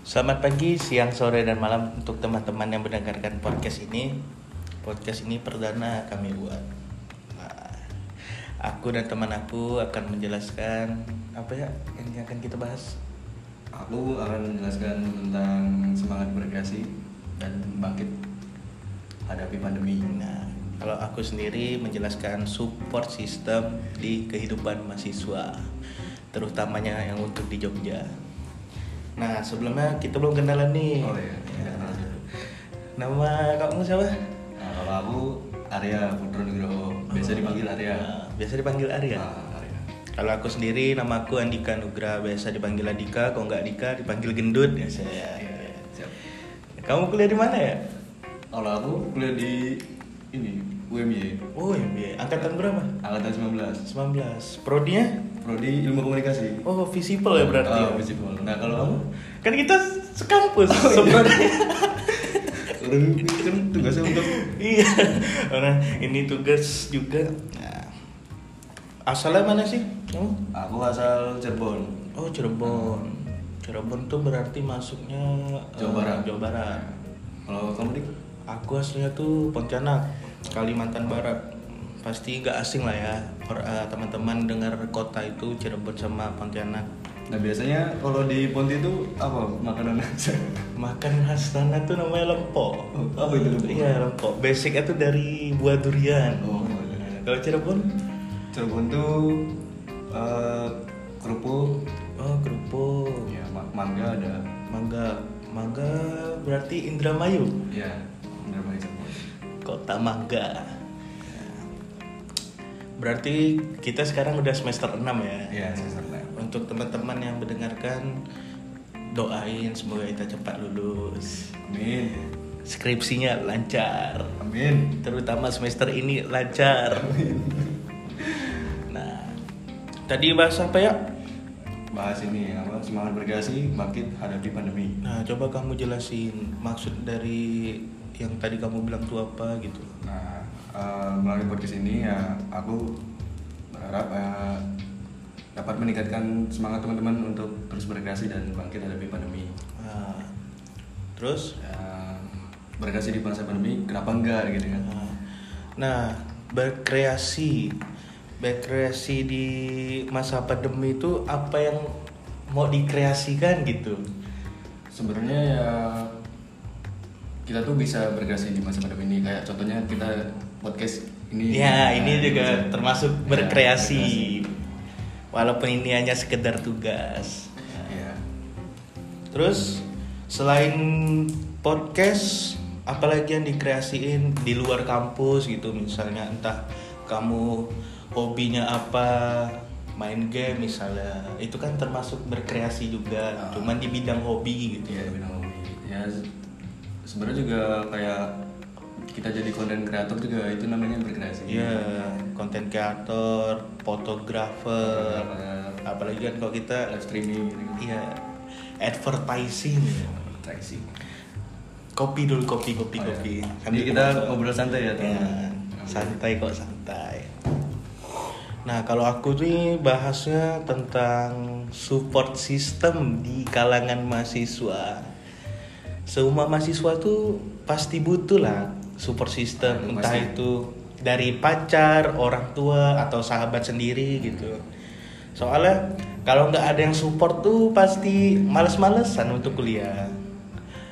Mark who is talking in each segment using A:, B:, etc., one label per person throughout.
A: Selamat pagi, siang, sore, dan malam untuk teman-teman yang mendengarkan podcast ini. Podcast ini perdana kami buat. Nah, Aku dan teman aku akan menjelaskan apa ya yang akan kita bahas.
B: Aku akan menjelaskan tentang semangat berkreasi dan bangkit hadapi pandemi.
A: Nah, kalau aku sendiri menjelaskan support system di kehidupan mahasiswa, terutamanya yang untuk di Jogja. Nah, sebelumnya kita belum kenalan nih.
B: Oh iya,
A: Ya.
B: kenalan dulu.
A: Nama kamu siapa?
B: Nah, kalau aku Arya Putro Nugroho, biasa dipanggil Arya.
A: Nah, biasa dipanggil Arya.
B: Nah, Arya.
A: Kalau aku sendiri, nama aku Andika Nugra, biasa dipanggil Andika, kalau nggak Andika dipanggil Gendut ya saya.
B: Iya, Siap.
A: Kamu kuliah di mana ya?
B: Kalau aku kuliah di ini UMY,
A: Oh iya, angkatan berapa?
B: angkatan 19.
A: 19. Prodinya?
B: Prodi Ilmu
A: ya?
B: Komunikasi.
A: Oh, visible ya berarti.
B: Ah,
A: ya?
B: visible. Nah, kalau kamu? Oh, iya.
A: Kan kita sekampus sebenarnya.
B: Orang ini kan tugasnya untuk
A: iya. Orang ini tugas juga. Nah. Asalnya mana sih? Kamu?
B: aku asal Cirebon.
A: Oh Cirebon. Cirebon tuh berarti masuknya eh,
B: Jawa Barat.
A: Jawa Barat.
B: Kalau kamu dik?
A: Aku aslinya tuh Pontianak, Kalimantan Barat. Pasti gak asing lah ya per- eh, teman-teman dengar kota itu Cirebon sama Pontianak.
B: Nah biasanya kalau di Ponti itu apa makanan aja?
A: Makan khas tanah tuh namanya lempok.
B: Oh, apa itu lempok?
A: Iya lempok. Basicnya tuh dari buah durian.
B: Oh,
A: Kalau Cirebon,
B: Cirebon tuh eh, kerupuk,
A: oh kerupuk,
B: ya ma- mangga ada.
A: Iya. mangga, mangga berarti Indramayu.
B: Ya, benar banget Cirebon.
A: Kota Mangga. Berarti kita sekarang udah semester 6 ya.
B: Iya, sesar lah.
A: Untuk teman-teman yang mendengarkan doain semoga kita cepat lulus.
B: Amin,
A: Skripsinya lancar.
B: amin.
A: Terutama semester ini lancar. Nah, tadi bahas apa ya?
B: Bahas ini apa semangat berkreasi bangkit hadapi pandemi.
A: Nah, coba kamu jelasin maksud dari yang tadi kamu bilang tuh apa gitu.
B: Nah, eh, melalui podcast ini ya aku berharap eh, dapat meningkatkan semangat teman-teman untuk terus berkreasi dan bangkit hadapi pandemi.
A: Nah, terus
B: Eh, berkreasi di masa pandemi, kenapa enggak gitu kan?
A: Nah, berkreasi, berkreasi di masa pandemi itu apa yang mau dikreasikan gitu?
B: Sebenarnya ya kita tuh bisa berkreasi di masa pandemi ini kayak contohnya kita podcast ini.
A: Ya,
B: Nah,
A: ini juga
B: bisa.
A: termasuk
B: Ya,
A: berkreasi, walaupun ini hanya sekedar tugas.
B: berkreasi. Ya.
A: Terus selain podcast, apalagi yang dikreasiin di luar kampus gitu misalnya entah kamu hobinya apa main game misalnya itu kan termasuk berkreasi juga
B: Ah.
A: cuman di bidang hobi gitu
B: Iya, Wina Hobi. Ya, se- sebenarnya juga kayak kita jadi konten kreator juga itu namanya berkreasi.
A: Iya, konten kreator, fotografer,
B: Fotografer.
A: apalagi kan kalau kita
B: Live streaming. gitu.
A: iya advertising.
B: Traksi.
A: Kopi dulu kopi kopi
B: Oh, iya.
A: kopi.
B: Jadi
A: Sambil
B: kita
A: masak.
B: ngobrol santai ya,
A: Ya,
B: teman.
A: santai kok santai. Nah, kalau aku nih bahasnya tentang support system di kalangan mahasiswa. Semua mahasiswa tuh pasti butuh lah support system,
B: Pasti.
A: entah itu dari pacar, orang tua, atau sahabat sendiri gitu. Soalnya kalau nggak ada yang support tuh pasti males-malesan untuk kuliah.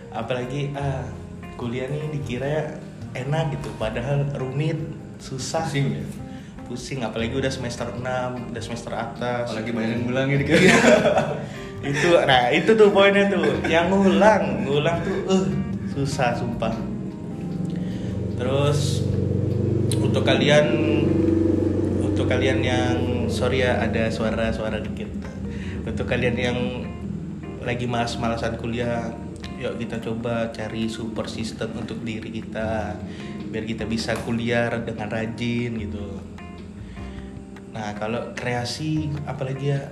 A: Apalagi ah, kuliah nih dikira enak gitu, padahal rumit, susah
B: Pusing ya.
A: pusing apalagi udah semester 6 udah semester atas Iya.
B: Apalagi banyak yang ngulang gitu.
A: itu nah itu tuh poinnya tuh yang ngulang ngulang tuh eh susah sumpah terus untuk kalian untuk kalian yang sorry ya ada suara-suara dikit untuk kalian yang lagi malas-malasan kuliah yuk kita coba cari support system untuk diri kita biar kita bisa kuliah dengan rajin gitu nah kalau kreasi apalagi ya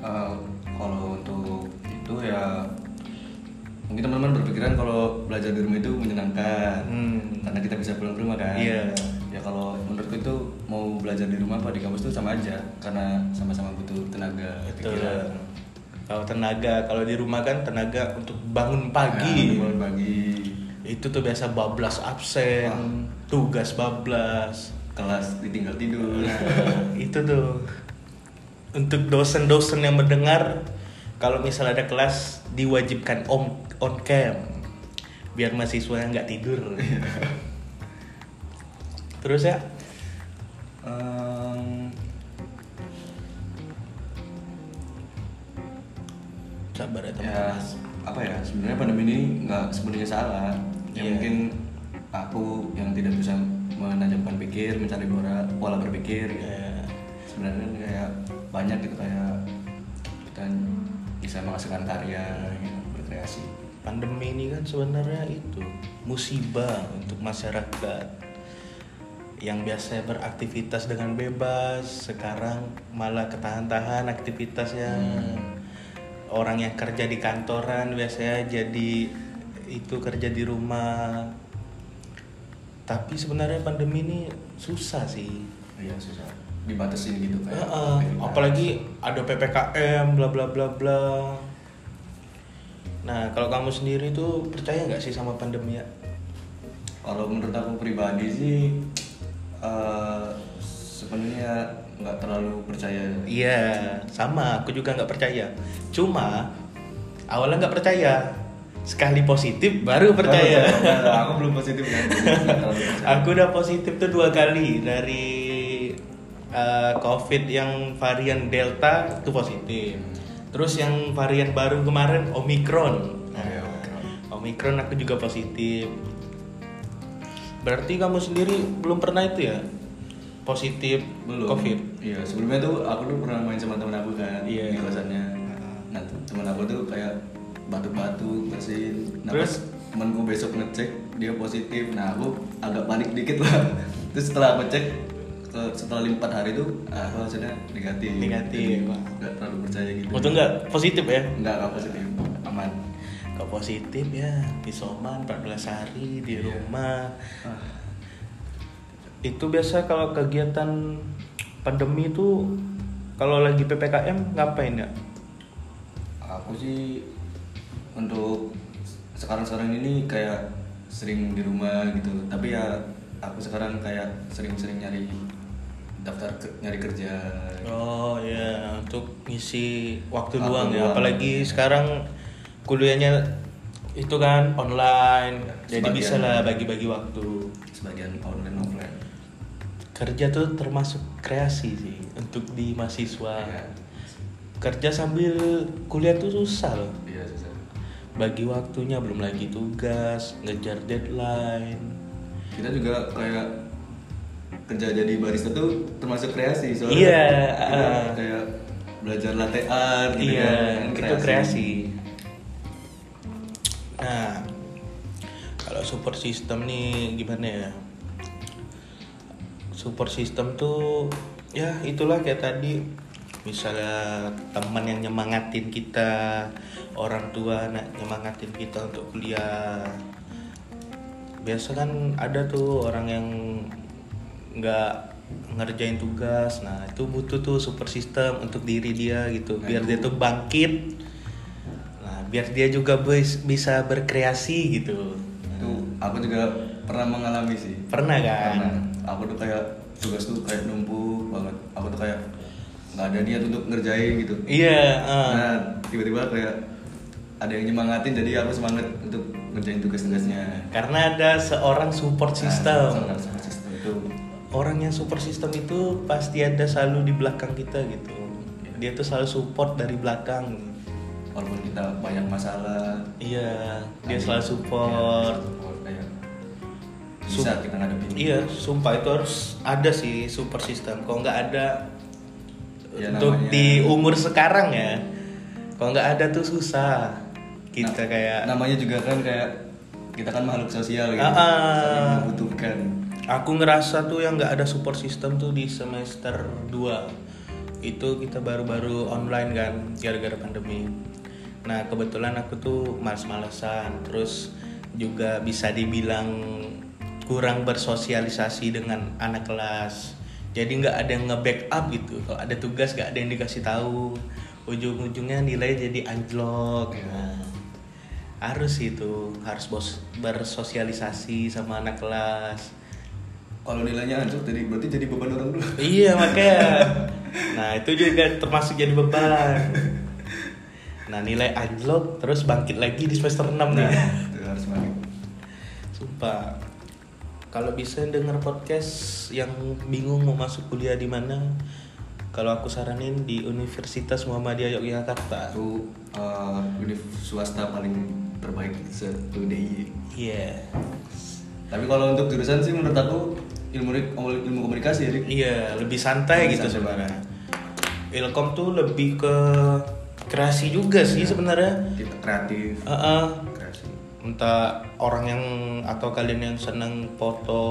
B: Eh, kalau untuk itu ya mungkin teman-teman berpikiran kalau belajar di rumah itu menyenangkan
A: Hmm.
B: karena kita bisa pulang ke rumah kan
A: Iya.
B: ya kalau menurutku itu mau belajar di rumah apa di kampus itu sama aja karena sama-sama butuh tenaga
A: Betul.
B: pikiran
A: Kalau tenaga, kalau di rumah kan tenaga untuk bangun pagi.
B: Nah, bangun pagi
A: Itu tuh biasa bablas absen,
B: Wah.
A: tugas bablas.
B: kelas ditinggal tidur
A: itu tuh untuk dosen-dosen yang mendengar kalau misal ada kelas diwajibkan on on cam biar mahasiswa nggak tidur terus ya
B: Em,
A: sabar ya
B: ya
A: teman-teman
B: apa ya sebenarnya pandemi ini nggak sepenuhnya salah ya
A: Iya.
B: mungkin aku yang tidak bisa menajamkan pikir mencari pola pola berpikir gitu.
A: Iya.
B: sebenarnya kan kayak banyak gitu kayak kita bisa menghasilkan karya gitu, berkreasi
A: pandemi ini kan sebenarnya itu musibah untuk masyarakat yang biasanya beraktivitas dengan bebas sekarang malah ketahan-tahan aktivitasnya orang yang kerja di kantoran biasanya jadi itu kerja di rumah tapi sebenarnya pandemi ini susah sih
B: iya susah dibatasin gitu kayak
A: Heeh,
B: aktivitas.
A: apalagi ada ppkm bla bla bla bla nah kalau kamu sendiri tuh percaya nggak sih sama pandemi ya
B: kalau menurut aku pribadi sih eh, sebenarnya nggak terlalu percaya
A: iya sama aku juga nggak percaya cuma awalnya nggak percaya sekali positif baru percaya
B: Nah, aku belum positif kan Nggak terlalu percaya.
A: aku udah positif tuh dua kali dari eh, covid yang varian delta itu positif
B: Hmm.
A: terus yang varian baru kemarin omikron
B: Oh, iya, Omikron.
A: Omikron aku juga positif. Berarti kamu sendiri belum pernah itu ya? Positif
B: belum
A: Covid.
B: iya sebelumnya tuh aku tuh pernah main sama temen aku kan
A: Iya.
B: di kosannya
A: Heeh.
B: nah tuh temen aku tuh kayak batuk-batuk bersin nah,
A: Terus?
B: pas temenku besok ngecek dia positif nah aku agak panik dikit lah terus setelah aku cek ke- setelah lima empat hari tuh ah, aku hasilnya negatif
A: Negatif.
B: Jadi, nggak terlalu percaya gitu
A: Untung nggak positif ya?
B: nggak nggak positif aman
A: Kalau positif ya isoman 14 hari di
B: Iya.
A: rumah.
B: Ah.
A: Itu biasa kalau kegiatan pandemi itu kalau lagi PPKM ngapain ya?
B: aku sih untuk sekarang-sekarang ini kayak sering di rumah gitu tapi ya aku sekarang kayak sering-sering nyari daftar ke- nyari kerja
A: Oh ya untuk ngisi waktu
B: iya. Waktu
A: luang ya
B: luang.
A: apalagi sekarang kuliahnya itu kan online jadi
B: Sebagian.
A: bisa lah bagi-bagi waktu
B: sebagian online offline
A: kerja tuh termasuk kreasi sih untuk di mahasiswa
B: Iya.
A: kerja sambil kuliah tuh susah loh
B: iya susah
A: bagi waktunya belum lagi tugas ngejar deadline
B: kita juga kayak kerja jadi barista tuh termasuk kreasi soalnya
A: Iya,
B: kita
A: ah.
B: kayak belajar latte art gitu
A: iya
B: kan, kan
A: itu kreasi nah kalau support system nih gimana ya support system tuh ya itulah kayak tadi misalnya teman yang nyemangatin kita orang tua nak nyemangatin kita untuk kuliah biasa kan ada tuh orang yang nggak ngerjain tugas nah itu butuh tuh super system untuk diri dia gitu
B: Nah,
A: biar
B: itu.
A: dia tuh bangkit nah biar dia juga bis- bisa berkreasi gitu
B: itu aku juga pernah mengalami sih
A: pernah kan
B: Karena aku tuh kayak tugas tuh kayak numpuk banget aku tuh kayak nggak ada niat untuk ngerjain gitu
A: iya eh.
B: nah tiba-tiba kayak ada yang nyemangatin jadi aku semangat untuk ngerjain tugas-tugasnya
A: Karena ada seorang support system.
B: Nah, support system itu
A: Orang yang support system itu pasti ada selalu di belakang kita gitu. Dia tuh selalu support dari belakang.
B: walaupun kita banyak masalah
A: Iya, dia
B: tapi-
A: selalu support.
B: Iya, support, kayak bisa
A: Sup-
B: kita ngadepin
A: Iya, sumpah itu harus ada sih support system. Kalau nggak ada
B: Ya,
A: untuk
B: namanya-
A: di umur sekarang ya, kalau nggak ada tuh susah. Kita
B: Nah,
A: kayak
B: namanya juga kan kayak kita kan makhluk sosial gitu
A: Ah, ah.
B: saling membutuhkan
A: Aku ngerasa tuh yang nggak ada support system tuh di semester 2 Itu kita baru-baru online kan gara-gara pandemi Nah kebetulan aku tuh males-malesan Terus juga bisa dibilang kurang bersosialisasi dengan anak kelas Jadi nggak ada yang nge-backup gitu Kalau ada tugas nggak ada yang dikasih tahu ujung-ujungnya nilai jadi anjlok
B: Iya.
A: Nah, harus itu harus bos bersosialisasi sama anak kelas
B: Kalau nilainya hancur jadi berarti jadi beban orang dulu.
A: iya makanya nah itu juga termasuk jadi beban nah nilai anjlok terus bangkit lagi di semester 6
B: Nah,
A: nih
B: itu harus balik.
A: Sumpah. Kalau bisa denger podcast yang bingung mau masuk kuliah di mana, kalau aku saranin di Universitas Muhammadiyah Yogyakarta.
B: Itu eh, univ swasta paling terbaik satu DI.
A: Iya.
B: Tapi kalau untuk jurusan sih menurut aku ilmu ilmu komunikasi ya. Dik.
A: Iya, lebih santai
B: Lebih
A: gitu
B: santai.
A: sebenarnya. Ilkom tuh lebih ke kreasi juga sih
B: Iya.
A: sebenarnya.
B: Kita kreatif.
A: Heeh.
B: Kreasi.
A: Entah orang yang atau kalian yang senang foto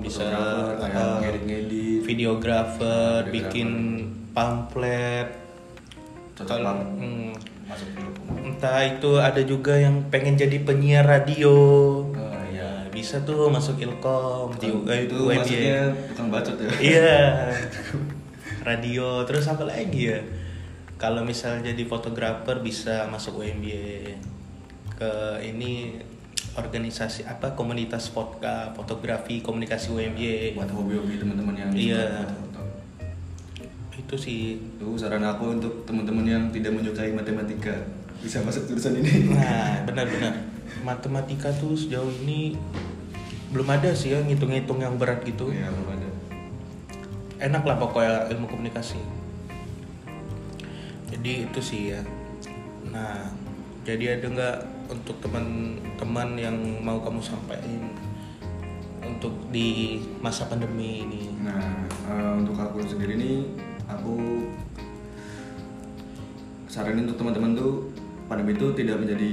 A: bisa
B: Fotografer, kayak
A: eh,
B: ngedit-ngedit.
A: videografer,
B: Videografer.
A: bikin pamflet.
B: Cocok
A: Kalau-
B: banget.
A: Hmm.
B: Masuk dulu.
A: Entah itu ada juga yang pengen jadi penyiar radio.
B: Oh,
A: Nah,
B: iya.
A: bisa tuh masuk Ilkom di U- eh,
B: itu
A: UMY.
B: maksudnya tukang bacot ya.
A: Iya. radio terus apa lagi ya? Kalau misal jadi fotografer bisa masuk UMY ke ini organisasi apa komunitas vodka fotografi komunikasi UMY
B: Buat hobi-hobi teman-teman yang
A: Iya.
B: suka foto.
A: itu sih
B: Itu saran aku untuk teman-teman yang tidak menyukai matematika bisa masuk jurusan ini.
A: Nah, benar-benar matematika tuh sejauh ini belum ada sih ya ngitung-ngitung yang berat gitu.
B: Iya, belum ada.
A: Enak lah pokoknya ilmu komunikasi. Jadi itu sih ya. Nah, jadi ada nggak untuk teman-teman yang mau kamu sampaikan untuk di masa pandemi ini?
B: Nah, eh, untuk aku sendiri nih, aku saranin untuk teman-teman tuh pandemi itu tidak menjadi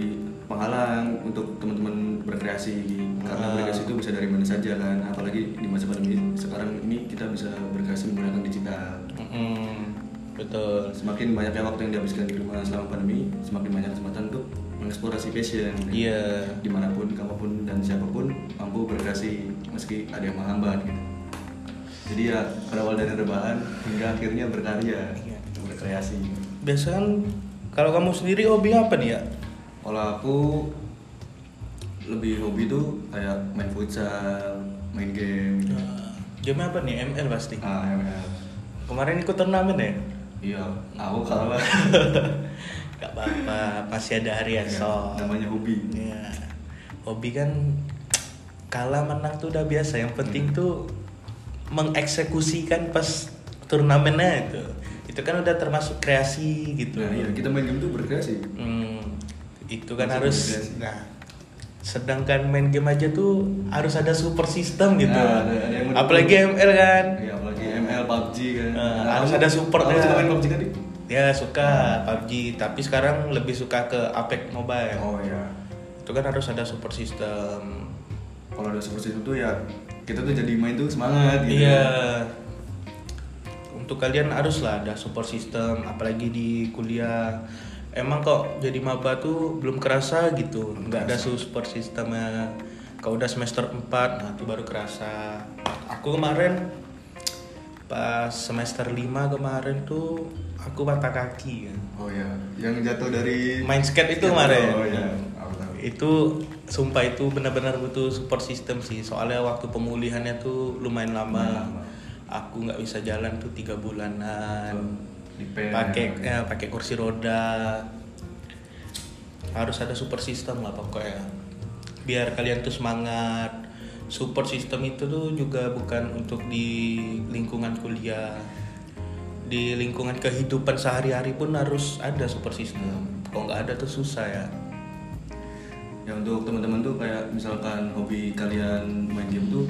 B: penghalang untuk teman-teman berkreasi karena
A: Ah.
B: berkreasi itu bisa dari mana saja kan apalagi di masa pandemi sekarang ini kita bisa berkreasi menggunakan digital
A: Mm-mm, betul.
B: semakin banyaknya waktu yang dihabiskan di rumah selama pandemi semakin banyak kesempatan untuk mengeksplorasi passion
A: Iya.
B: dimanapun kapanpun dan siapapun mampu berkreasi meski ada yang menghambat gitu jadi ya berawal dari rebahan hingga akhirnya berkarya
A: Iya.
B: berkreasi gitu.
A: Biasanya kan kalau kamu sendiri hobi apa nih ya?
B: kalau aku lebih hobi tuh kayak main futsal main game gitu.
A: Nah, Game apa nih? ML pasti.
B: ah ML.
A: Kemarin ikut turnamen ya?
B: iya aku kalah
A: Gak apa-apa, masih ada harian Iya, so.
B: Iya, namanya hobi
A: Ya. Hobi kan kalah menang tuh udah biasa. Yang
B: Hmm.
A: penting tuh mengeksekusikan pas turnamennya itu. Itu kan udah termasuk kreasi gitu.
B: nah iya kita main game tuh berkreasi
A: Hmm, itu kan
B: Masuk
A: harus
B: kreasi.
A: nah sedangkan main game aja tuh harus ada super system gitu.
B: Nah, ada- ada yang mendukung.
A: Apalagi ML kan.
B: Iya, apalagi ML, PUBG kan.
A: Eh, harus ada supportnya.
B: Kamu suka main PUBG kan? Dik?
A: Ya
B: Hmm.
A: suka PUBG, tapi sekarang lebih suka ke Apex Mobile.
B: Oh iya.
A: Itu kan harus ada support system.
B: Kalau ada support system tuh ya kita tuh jadi main tuh semangat gitu.
A: Iya. Untuk kalian haruslah ada support system, apalagi di kuliah. Emang kok jadi maba tuh belum kerasa gitu, nggak ada support systemnya. Kalau udah semester 4, nah itu baru kerasa. Aku kemarin pas semester 5 kemarin tuh aku patah kaki ya.
B: Oh iya, yang jatuh dari
A: Main skate itu
B: Skate
A: kemarin.
B: Oh iya, aku tahu.
A: Itu sumpah itu benar-benar butuh support system sih. Soalnya waktu pemulihannya tuh lumayan lama.
B: Lumayan lama.
A: Aku nggak bisa jalan tuh tiga bulanan.
B: Di pen.
A: Pakai eh, pakai kursi roda. Harus ada support system lah pokoknya. Biar kalian tuh semangat. Support system itu tuh juga bukan untuk di lingkungan kuliah. Di lingkungan kehidupan sehari-hari pun harus ada support system. Kalau nggak ada tuh susah ya.
B: Ya untuk teman-teman tuh kayak misalkan hobi kalian main game tuh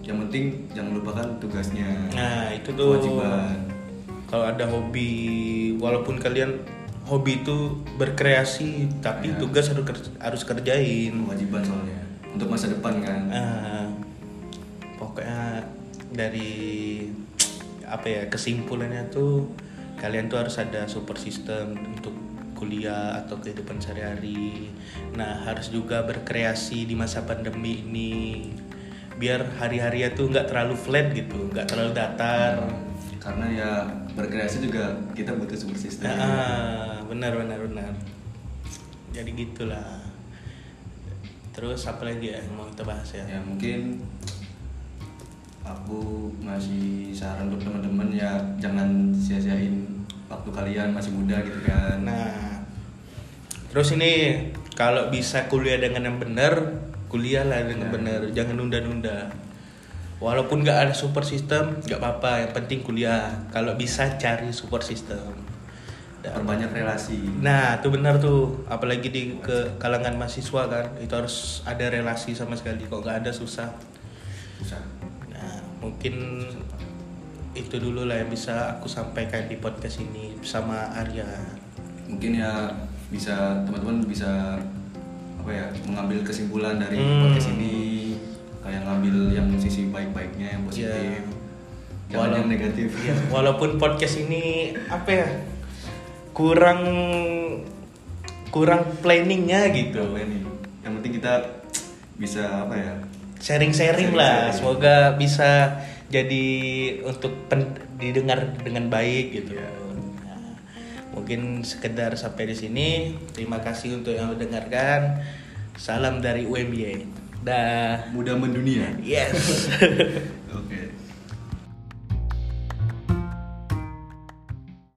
B: yang penting jangan lupakan tugasnya.
A: Nah itu tuh
B: kewajiban.
A: kalau ada hobi walaupun kalian hobi itu berkreasi tapi
B: Iya.
A: tugas harus ker- harus kerjain.
B: Hmm, Kewajiban soalnya untuk masa depan kan.
A: Nah, pokoknya dari apa ya kesimpulannya tuh kalian tuh harus ada support system untuk kuliah atau kehidupan sehari-hari. Nah harus juga berkreasi di masa pandemi ini biar hari-harinya tuh nggak terlalu flat gitu, nggak terlalu datar.
B: karena ya berkreasi juga kita butuh support system
A: Ah, benar benar benar. Jadi gitulah. Terus apa lagi ya yang mau kita bahas ya?
B: ya mungkin aku masih saran untuk teman-teman ya jangan sia-siain waktu kalian masih muda gitu kan
A: Nah, terus ini kalau bisa kuliah dengan yang benar, kuliahlah dengan
B: Ya.
A: benar, jangan nunda-nunda. Walaupun nggak ada support system, nggak apa-apa. Yang penting kuliah. Kalau bisa cari support system. Dan-
B: perbanyak relasi
A: Nah, itu benar tuh. Apalagi di ke kalangan mahasiswa kan, itu harus ada relasi sama sekali. Kok nggak ada susah.
B: susah
A: Nah, mungkin itu dulu lah yang bisa aku sampaikan di podcast ini sama Arya.
B: mungkin ya bisa teman-teman bisa apa ya mengambil kesimpulan dari
A: Hmm.
B: podcast ini kayak ngambil yang sisi baik-baiknya yang positif
A: Iya.
B: jangan
A: Walau-
B: yang negatif
A: Iya, walaupun podcast ini apa ya kurang kurang planningnya gitu.
B: gitu apa ini yang penting kita bisa apa ya
A: Sharing-sharing lah,
B: Sharing-sharing.
A: semoga bisa jadi untuk pen- didengar dengan baik gitu.
B: Iya.
A: Nah, mungkin sekedar sampai di sini. Terima kasih untuk yang mendengarkan. Salam dari UMY. Dah.
B: mudah mendunia
A: Yes.
B: oke